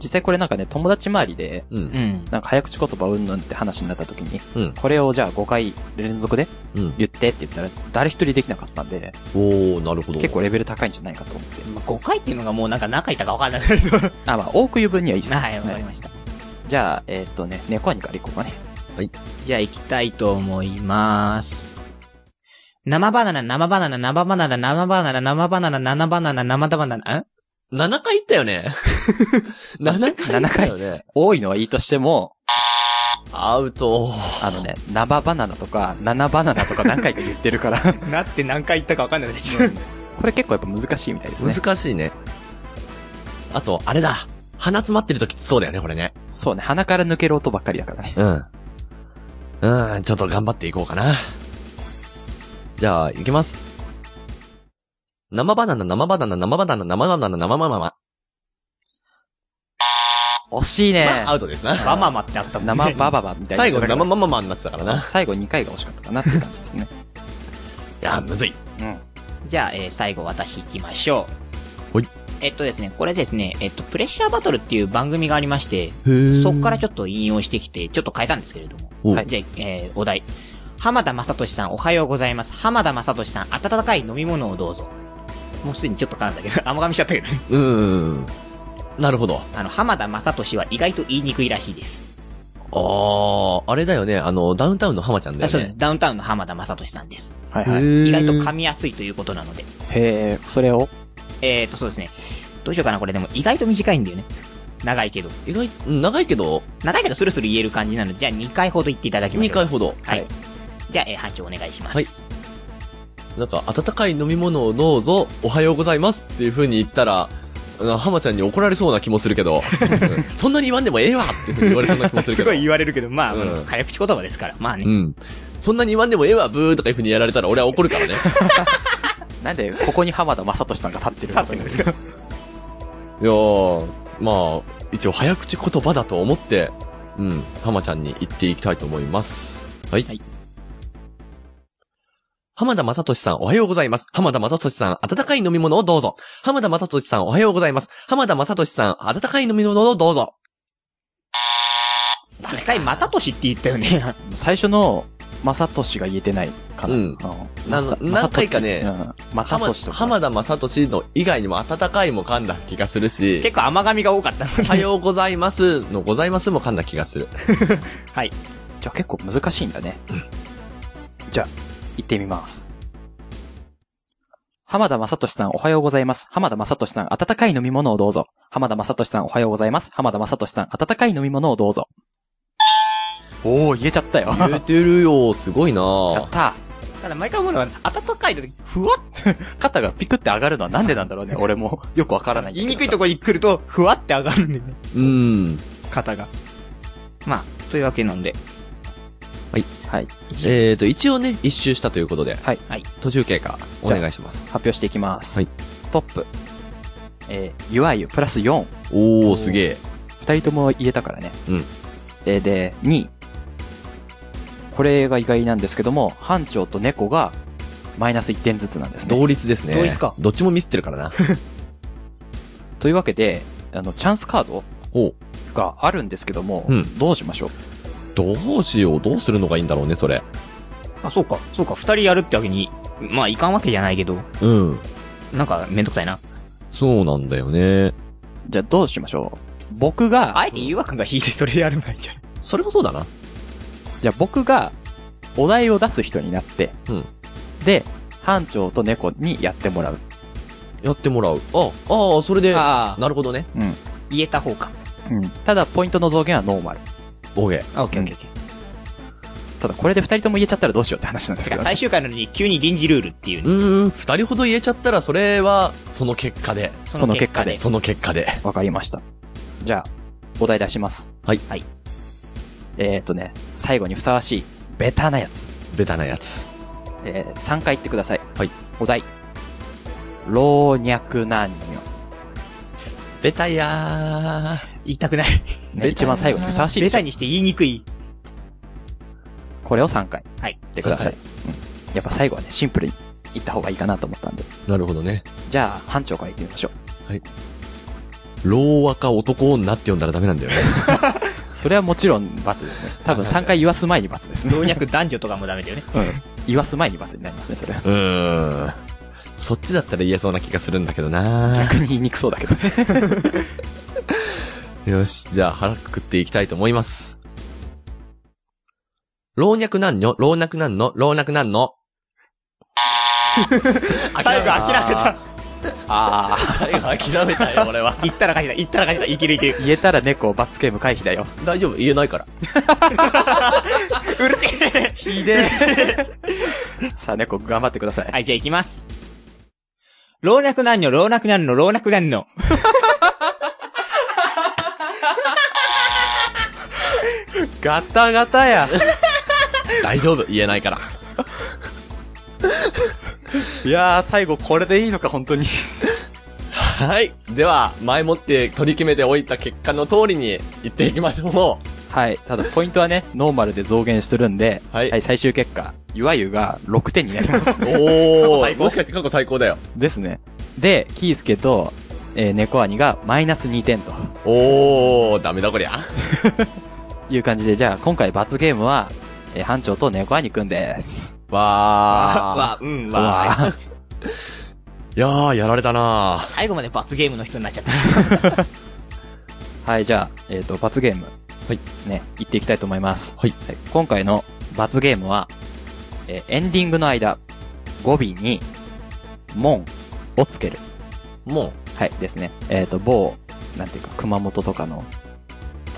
S1: 実際これなんかね、友達周りで、
S2: う。
S3: うんん。
S1: なんか早口言葉うんぬんって話になった時に、
S2: うん
S1: これをじゃあ5回連続で
S2: うん。
S1: 言ってって言ったら、誰一人できなかったんで、
S2: おー、なるほど。
S1: 結構レベル高いんじゃないかと思って。
S3: まあ、5回っていうのがもうなんか何回言ったか分かんな くなるぞ。
S1: あ、まあ、多く言う分にはいいっす。
S3: はい、わか
S1: は
S3: り
S1: い
S3: ました。
S1: じゃあ、えーっとね、猫アニから行こうかね。
S3: じゃあ行きたいと思います。生バナナ、生バナナ、生バナナ、生バナナ、生バナナ、生バナナ、生バナナ、ん
S2: 7回行ったよ ね。7回行ったよね。
S1: 多いのはいいとしても、
S2: アウト。
S1: あのね、生バナナとか、7バナナとか何回か言ってるから、
S3: なって何回言ったか分かんないです。
S1: これ結構やっぱ難しいみたいですね。
S2: 難しいね。あと、あれだ。鼻詰まってる時そうだよね、これね。
S1: そうね、鼻から抜ける音ばっかりだからね。
S2: うん。うん、ちょっと頑張っていこうかな。じゃあ、いきます。生バナナ、生バナナ、生バナナ、生バナナ、生バナナ。
S1: 惜しいね。
S2: まあ、アウトですな。
S7: バママってあったもんね。
S1: 生バババみたいな。
S2: 最後、生マママになってたからな。い
S1: 最後2回が惜しかったかなっていう感じですね。
S2: や、むずい。
S3: じゃあ、えー最後私行きましょう。
S2: ほい。
S3: えっとですね、これですね、えっと、プレッシャーバトルっていう番組がありまして、
S2: へ
S3: そこからちょっと引用してきて、ちょっと変えたんですけれど
S2: お
S3: も。はい。じゃあ、えーお題。浜田正俊さん、おはようございます。浜田正俊さん、温かい飲み物をどうぞ。もうすでにちょっと噛んだけど、 甘噛みしちゃったけど。
S2: うーん。なるほど。
S3: あの、浜田正俊は意外と言いにくいらしいです。
S2: あー、あれだよね。あの、ダウンタウンの浜ちゃんだ
S3: あ
S2: よ
S3: そうです
S2: ね。
S3: ダウンタウンの浜田正俊さんです。
S1: はい
S2: へ
S1: はい。へ
S2: ー
S3: 意外と噛みやすいということなので。
S1: え、それを
S3: えーと、そうですね。どうしようかな、これでも意外と短いんだよね。長いけど。
S2: 意外、うん長いけど、
S3: 長いけどスルスル言える感じなので、じゃあ2回ほど言っていただきまし
S2: 2
S3: ょう。
S2: 回ほど。
S3: はい。じゃあ、えー、班長お願いします。
S2: はいなんか、温かい飲み物をどうぞ、おはようございますっていう風に言ったら、うん浜ちゃんに怒られそうな気もする けど、うんそんなに言わんでもええわっていう風に言われそうな気もするけ
S3: す
S2: ど。
S3: ごい言われるけど、まあ、
S2: うん
S3: まあ早口言葉ですから、まあね。
S2: うん。そんなに言わんでもええわ、ブーとかいう風にやられたら俺は怒るからね。
S1: なんで、ここに浜田雅俊さんが立ってる
S3: 立ってるんですけど。
S2: いやー、まあ、一応早口言葉だと思って、うん、浜ちゃんに言っていきたいと思います。はい。
S3: はい
S2: 浜田正俊さん、おはようございます。浜田正俊さん、温かい飲み物をどうぞ。浜田正俊さん、おはようございます。浜田正俊さん、温かい飲み物をどうぞ。
S3: 一回、またとしって言ったよね。
S1: 最初の、雅俊が言えてないかな。
S2: うん
S1: んま
S2: な
S1: さ
S2: 何回かね
S1: まさとちうん。また
S2: 浜
S1: そしとか。
S2: 浜田正俊の以外にも温かいも噛んだ気がする し、
S3: 結構甘噛みが多かったの
S2: おはようございますのございますも噛んだ気がする。
S3: はい。
S1: じゃあ結構難しいんだね。じゃあ、行ってみます。浜田雅俊さんおはようございます。浜田雅俊さん温かい飲み物をどうぞ。浜田雅俊さんおはようございます。浜田雅俊さん温かい飲み物をどうぞ。おー、言えちゃったよ。
S2: 言えてるよ、すごいな
S1: や
S2: ぁ
S1: っ。た。
S3: ただ、毎回思うのは、温かいと、ふわっ
S1: 肩がピクって上がるのはなんでなんだろう ね。俺もよくわからないんだ
S3: 言
S1: け
S3: い
S1: どさ。
S3: にくいとこに来ると、ふわって上がるんだよね。
S2: うん。
S3: 肩が。まあ、というわけなんで。
S1: はい。
S2: えーと、一応ね、一周したということで。
S1: はい
S3: はい
S2: 途中経過、お
S1: じゃあ
S2: 願いします。
S1: 発表していきます。
S2: はい
S1: トップ。えー、ゆあゆプラス4。
S2: おー、すげえ。
S1: 二人とも言えたからね。
S2: うん
S1: えーで、2位。これが意外なんですけども、班長と猫がマイナス1点ずつなんですね。
S2: 同率ですね。
S3: 同率か
S2: どっちもミスってるから な。
S1: というわけで、あの、チャンスカード
S2: おう
S1: があるんですけども、
S2: うん
S1: どうしましょう
S2: どうしよう、どうするのがいいんだろうね、それ。
S3: あ、そうか。そうか。二人やるってわけに、まあ、いかんわけじゃないけど、
S2: うん。
S3: なんか、めんどくさいな。
S2: そうなんだよね。
S1: じゃあどうしましょう僕が、
S3: あえて誘惑が引いてそれやるばいいじゃん。
S2: それもそうだな。
S1: じゃあ僕がお題を出す人になって、
S2: うん
S1: で、班長と猫にやってもらう。
S2: やってもらう。あ、ああ、それで、な
S3: ああ、
S2: るほどね。
S3: 言えた方か。
S1: ただ、ポイントの増減はノーマル。
S2: オーケ
S3: あ、オッケーオッケーオッケー。
S1: ただ、これで二人とも言えちゃったらどうしようって話なんです
S3: て
S1: け
S3: か、
S1: ど、
S3: 最終回なのに急に臨時ルールっていう
S2: ー。
S3: ね。
S2: うーん、二人ほど言えちゃったら、それは、その結果で。
S1: その結果で
S2: その結果で。
S1: わかりました。じゃあ、お題出します。
S2: はい
S3: はい。
S1: えー、っとね、最後にふさわしい、ベタなやつ。
S2: ベタなやつ。
S1: えー、3回言ってください。
S2: はい。
S1: お題。老若男
S2: ベタや
S3: 言いたく ない。
S1: 女。ね、一番最後にふさわしいで
S3: ベ
S1: しょ
S3: タにして言いにくい。
S1: これを3回
S3: はい。
S1: 言ってください。うん。やっぱ最後はね、シンプルに言った方がいいかなと思ったんで。
S2: ー。なるほどね。
S1: じゃあ、班長から言ってみましょう。
S2: 老若男女って呼んだらダメなんだよね。
S1: それはもちろん罰ですね。 多分3回言わす前に罰ですね。
S3: 老若男女とかもダメだよね。
S1: うん。言わす前に罰になりますね、それは。
S2: うーん。そっちだったら言えそうな気がするんだけどな
S1: 逆に言いにくそうだけど。
S2: よし、じゃあ腹くくっていきたいと思います。老若男女、老若男女、老若男女。
S3: 最後 諦めた。
S1: ああ。
S2: 諦めたよ、俺は。
S3: 言ったら勝ちだ。言ったら 勝ちだ。いけるいける。
S1: 言えたら猫罰ゲーム回避だよ。
S2: 大丈夫、言えないから。
S3: うるせえ。
S1: ひでさあ、猫、頑張ってください。
S3: はい、じゃあ行きます。老若男女、老若男女、老若男女。
S1: ガタガタや。
S2: 大丈夫、言えないから。
S1: いやー、最後これでいいのか、本当に。
S2: はい。では、前もって取り決めておいた結果の通りに行っていきましょ
S1: はい。ただ、ポイントはね、ノーマルで増減してるんで、
S2: はい
S1: 最終結果、いわゆが6点になります
S2: う。。
S1: 過去
S2: お
S1: 最
S2: ー、
S1: 高
S2: もしかして過去最高だよ。
S1: ですね。で、キースケと、えー、猫兄がマイナス2点と
S2: おー、ダメだこりゃ。
S1: いう感じで、じゃあ、今回罰ゲームは、えー、班長と猫兄くんです。
S2: わー。わ、うん、わ
S1: わー
S2: ー。いやー、やられたなー。
S3: 最後まで罰ゲームの人になっちゃった。
S1: はい、じゃあ、えっ、と、罰ゲーム。
S2: はい。
S1: ね、行っていきたいと思います。
S2: はい
S1: 今回の罰ゲームは、えーエンディングの間、語尾に、門をつける。
S2: もう。
S1: はい、ですね。えっ、と、某、なんていうか、熊本とかの、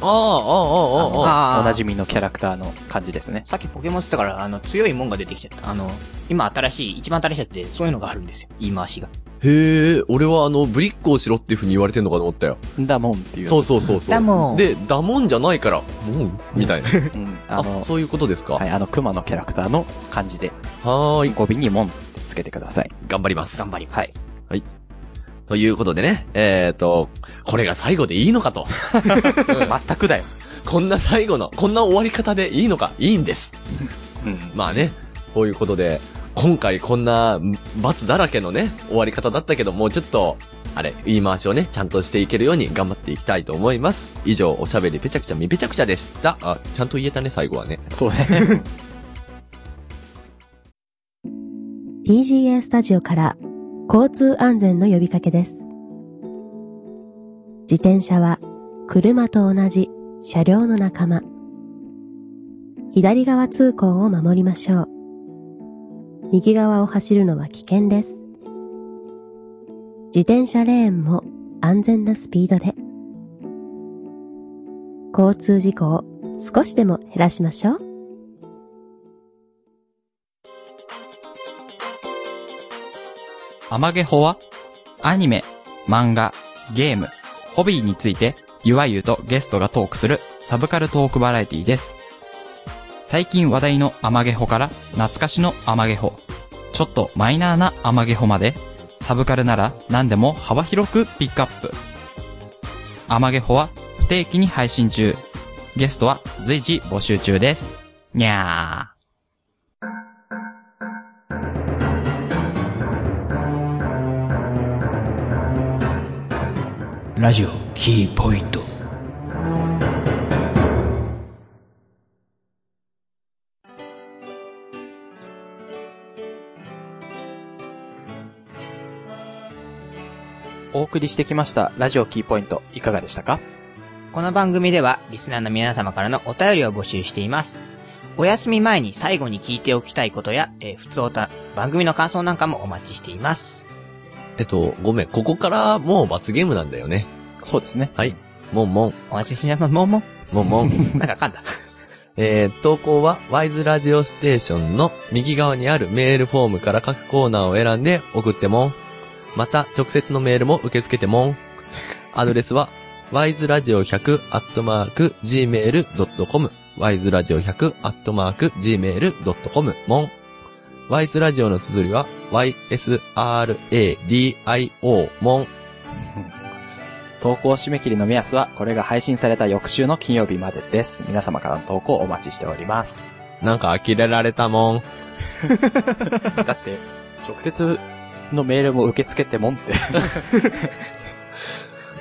S2: あー、あー、あー、あー、あー。
S1: あ
S3: あー
S1: のおなじみのキャラクターの感じですね。
S3: さっきポケモンしてたから、あの、強いもんが出てきちゃった。あの、今新しい、一番新しいやつで、そういうのがあるんですよ。言い回しが。
S2: へえ、俺はあの、ぶりっ子をしろっていう風に言われてんのかと思ったよ。
S1: だもんっていう。
S2: そうそうそうそう。
S3: だもん
S2: で、だもんじゃないから、もんみたいな。
S1: うん、あの
S2: あ、そういうことですか。は
S1: はい、あの、熊のキャラクターの漢字で、
S2: ーい。
S1: 語尾に門ってつけてください。
S2: 頑張ります。
S3: 頑張ります。
S2: ということでね、えっ、ー、と、これが最後でいいの かと。
S1: 全くだよ。
S2: こんな最後の、こんな終わり方でいいのか、いいんです。
S1: うん。
S2: まあね、こういうことで、今回こんな、ん罰だらけのね、終わり方だったけど、もうちょっと、あれ、言い回しをね、ちゃんとしていけるように頑張っていきたいと思います。以上、おしゃべりぺちゃくちゃみぺちゃくちゃでした。あ、ちゃんと言えたね、最後はね。
S1: そうね。
S6: TGA スタジオから交通安全の呼びかけです。自転車は車と同じ車両の仲間。左側通行を守りましょう。右側を走るのは危険です。自転車レーンも安全なスピードで。交通事故を少しでも減らしましょう。
S4: アマゲホはアニメ、漫画、ゲーム、ホビーについてゆわゆとゲストがトークするサブカルトークバラエティです。最近話題のアマゲホから懐かしのアマゲホ、ちょっとマイナーなアマゲホまでサブカルなら何でも幅広くピックアップ。アマゲホは不定期に配信中。ゲストは随時募集中です。にゃー。
S7: ラジオキーポイント
S1: お送りしてきました、ラジオキーポイント、いかがでしたか
S3: この番組では、リスナーの皆様からのお便りを募集しています。お休み前に最後に聞いておきたいことや、えー、普通おた、番組の感想なんかもお待ちしています。
S2: えっと、ごめん、ここからもう罰ゲームなんだよね。
S1: そうですね。
S2: はい。もんもん、
S3: お待ちしています。もうも
S2: もんも ん。
S3: う、なんか噛んだ。
S2: えー、投稿は、ワイズラジオステーションの右側にあるメールフォームから各コーナーを選んで送ってもん。また、直接のメールも受け付けてもん。アドレスは、 ワイズラジオ100アットマーク gmail.com。ワイズラジオ100アットマーク gmail.com もん。ワイズラジオの綴りは、ysradio もん。
S1: 投稿締め切りの目安は、これが配信された翌週の金曜日までです。皆様からの投稿をお待ちしております。
S2: なんか呆れられたもん。
S1: だって、直接のメールも受け付けてもん って。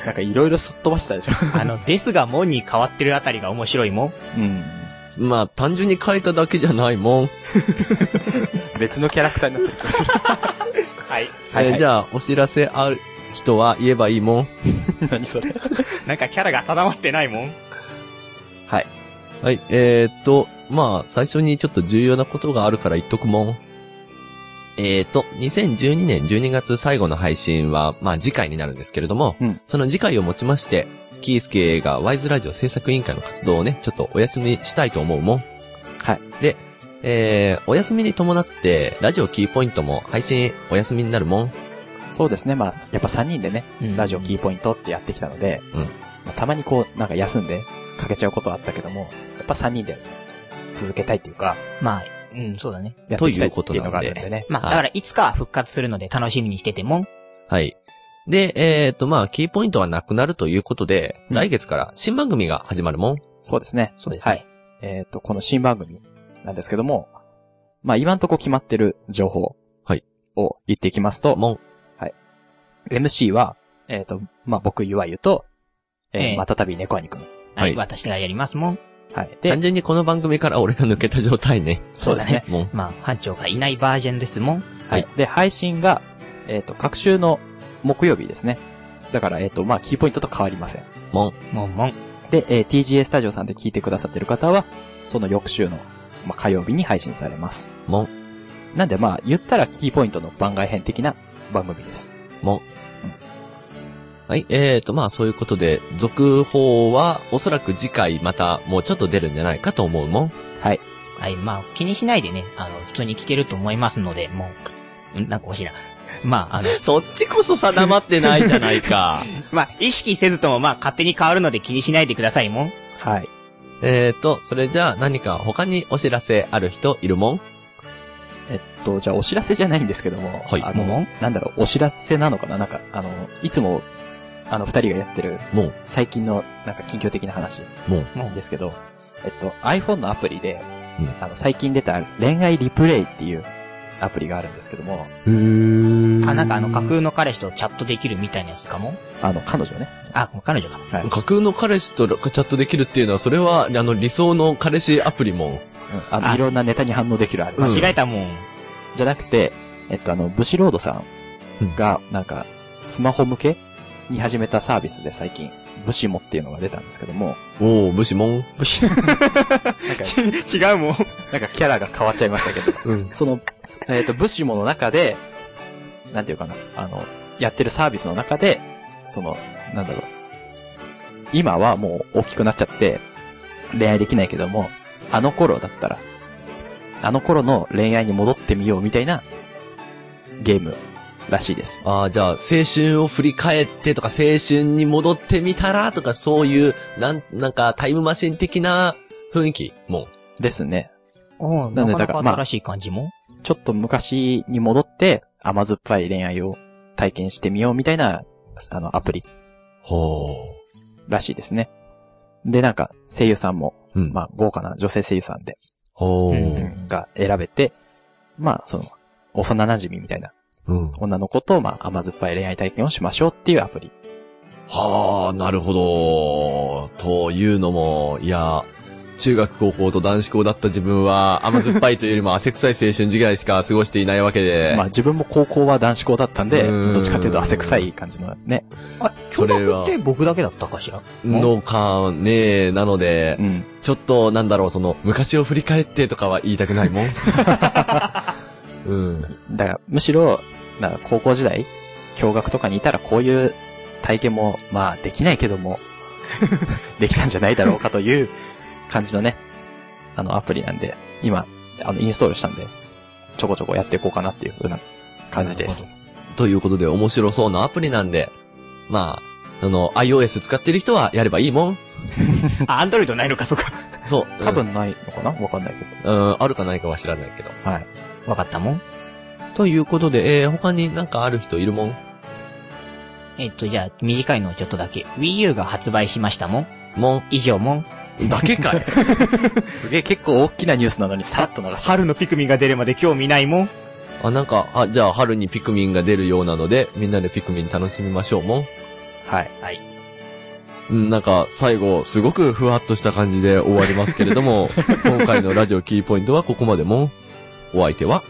S1: なんかいろいろすっ飛ばしたでしょ。
S3: あの、ですが、もんに変わってるあたりが面白いもん。
S1: うん。
S2: まあ、単純に変えただけじゃないもん。
S1: 別のキャラクターになってるから。
S3: は
S1: は
S3: い。
S1: いはい
S2: えーじゃあ、お知らせある人は言えばいいもん。
S1: 何それ。
S3: なんかキャラが定まってないもん。
S1: はい。
S2: はい、えー、っと、まあ、最初にちょっと重要なことがあるから言っとくもん。えー、っと、2012年12月最後の配信は、まあ次回になるんですけれども、
S1: うん
S2: その次回をもちまして、キースケがワイズラジオ制作委員会の活動をね、ちょっとお休みしたいと思うもん。
S1: はい。
S2: で、えー、お休みに伴って、ラジオキーポイントも配信お休みになるもん。
S1: そうですね。まあ、やっぱ3人でね、ラジオキ
S3: 聞い
S1: ーポイントってやってきたので、
S2: うん
S1: まあたまにこう、なんか休んで、かけちゃうことはあったけども、やっぱ3人で、
S8: 続けたいっていうか、
S3: まあ、うん、そうだね。
S8: やって
S2: と
S8: いきた
S2: い
S8: いうっ
S2: こと
S8: ていう
S2: な
S8: のがあ
S2: の
S8: るん
S2: で
S8: で。ね。
S3: まあ、
S2: はい
S3: だからいつかは復活するので楽しみにしててもん。
S2: はい。で、えっ、と、まあ、キーポイントはなくなるということで、
S1: うん
S2: 来月から新番組が始まるもん。
S1: そうですね。
S3: そうです
S1: は
S3: ね。
S1: い。えっ、と、この新番組なんですけども、まあ今んとこ決まってる情報
S2: はい
S1: を言っていきますと、
S2: もん。
S1: MC は、えっ、と、まあ僕、ゆわゆと、えー
S3: ええ
S1: またたび猫兄くん。
S3: は
S2: はい
S3: い。私がやりますもん。
S1: はい。
S2: 単
S1: で、
S2: 純にこの番組から俺が抜けた状態ね。
S1: そうですね。
S2: もん。
S3: まあ、班長がいないバージョンですもん。
S1: はい。で、配信が、えっ、と、各週の木曜日ですね。だから、えっ、と、まあキーポイントと変わりません。
S3: もんもん。
S1: で、えー TGA スタジオさんで聞いてくださってる方は、その翌週の、まあ、火曜日に配信されます。
S2: もん。
S1: なんでまあ、言ったらキーポイントの番外編的な番組です。
S2: はい。えっ、と、まあ、そういうことで、続報は、おそらく次回また、もうちょっと出るんじゃないかと思うもん。
S3: はい。まあ、気にしないでね、あの、普通に聞けると思いますので、もう、んなんかおしいな。まあ、あの、
S2: そっちこそ定まってないじゃない か。
S3: まあ、意識せずとも、まあ、勝手に変わるので気にしないでくださいもん。
S1: はい。
S2: えっと、それじゃあ何か他にお知らせある人いるもん
S1: えっと、じゃあお知らせじゃないんですけども、
S2: はい
S1: あ
S3: もんも
S1: の
S3: ん、
S1: なんだろう、お知らせなのかななんか、あの、いつも、あの、二人がやってる、
S2: もん。
S1: 最近の、なんか、近況的な話
S2: もん。
S1: なんですけど、えっと、iPhone のアプリで、
S2: うん
S1: あの、最近出た恋愛リプレイっていうアプリがあるんですけども、
S3: あ、なんかあの、架空の彼氏とチャットできるみたいなやつかも。
S1: あの、彼女ね、
S3: あ、彼女か。
S2: 架空の彼氏とチャットできるっていうのは、それは、あの、理想の彼氏アプリもん。
S1: うん、あの、
S3: あ
S1: いろんなネタに反応できるあれ、
S2: うん
S3: 間違えたもん。
S1: じゃなくて、えっと、あの、ブシロードさんが、なんか、スマホ向けに始めたサービスで最近、ブシモっていうのが出たんですけども、
S2: おお、武士もん。
S3: 違うもん。
S1: なんかキャラが変わっちゃいましたけど、
S2: うん。
S1: その、すえっ、と、ブシモの中で、なんていうかな、あの、やってるサービスの中で、その、なんだろう。今はもう大きくなっちゃって、恋愛できないけども、あの頃だったら、あの頃の恋愛に戻ってみようみたいな、ゲームらしいです。
S2: ああ、じゃあ、青春を振り返ってとか、青春に戻ってみたらとか、そういう、なん、なんか、タイムマシン的な雰囲気も
S1: ですね。
S3: おう
S1: な
S3: なん
S1: で
S3: かな
S1: だ
S3: か
S1: から
S3: 新しい感じも。
S1: ちょっと昔に戻って、甘酸っぱい恋愛を体験してみようみたいな、あの、アプリ
S2: ん。ほ
S1: らしいですね。で、なんか、声優さんも、
S2: う。うん。
S1: まあ、豪華な女性声優さんで、
S2: ほう。
S3: うん
S1: が選べて、まあ、その、幼馴染みみたいな
S2: うん。
S1: 女の子と、まあ、甘酸っぱい恋愛体験をしましょうっていうアプリ。
S2: はあ、なるほど。というのも、いや、中学高校と男子校だった自分は、甘酸っぱいというよりも汗臭い青春時代しか過ごしていないわけで。
S1: まあ、自分も高校は男子校だったんで、
S2: うーん
S1: どっちかっていうと汗臭い感じのね。
S3: あ、
S2: それ
S3: 驚愕
S2: は
S3: って僕だけだったかしら
S2: のかねえ、なので
S1: う、ん。
S2: ちょっと、なんだろう、その、昔を振り返ってとかは言いたくないもん。うん。
S1: だから、むしろ、なんか高校時代、共学とかにいたらこういう体験も、まあ、できないけども、できたんじゃないだろうかという感じのね、あの、アプリなんで、今、あの、インストールしたんで、ちょこちょこやっていこうかなっていうふうな感じです。
S2: ということで、面白そうなアプリなんで、まあ、あの、iOS 使ってる人はやればいいもん。
S3: あ、アンドロイドないのか、そうか。
S2: そう。う ん
S1: 多。分ないのかなわかんないけど。
S2: うん、あるかないかは知らないけど。
S1: はい。
S3: わかったもん。
S2: ということで、えー、他になんかある人いるもん
S3: えっと、じゃあ、短いのをちょっとだけ。Wii U が発売しましたもん。
S2: も
S3: 以上もん。
S2: ん。だ けかい。
S1: すげえ結構大きなニュースなのにさらっと流して。
S3: 春のピクミンが出るまで興味ないもん。
S2: あ、なんか、あ、じゃあ春にピクミンが出るようなので、みんなでピクミン楽しみましょうもん。
S1: はい。
S2: うんなんか、最後、すごくふわっとした感じで終わりますけれど も、今回のラジオキーポイントはここまでも、お相手は、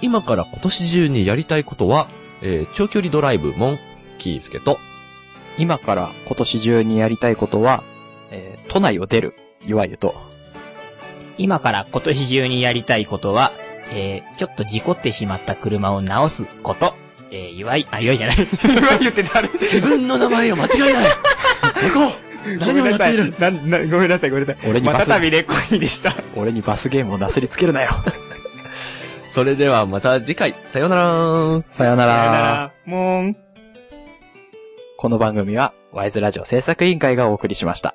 S2: 今から今年中にやりたいことは、えー長距離ドライブもん、キースケと、
S1: 今から今年中にやりたいことは、えー都内を出る、いわゆると。
S3: 今から今年中にやりたいことは、えー、ちょっと事故ってしまった車を直すこと。えー、岩井、あ、岩井じゃない。 岩井言って誰
S2: 自分の名前を間違 えない行こう何をやっている
S3: ななごめんなさい、ごめんなさ
S1: 俺にバス、
S3: びレコイでした。
S1: 俺にバスゲームをなすりつけるなよ。
S2: それではまた次回、さようなら
S1: さよなら。
S3: もん。
S1: この番組は、ワイズラジオ制作委員会がお送りしました。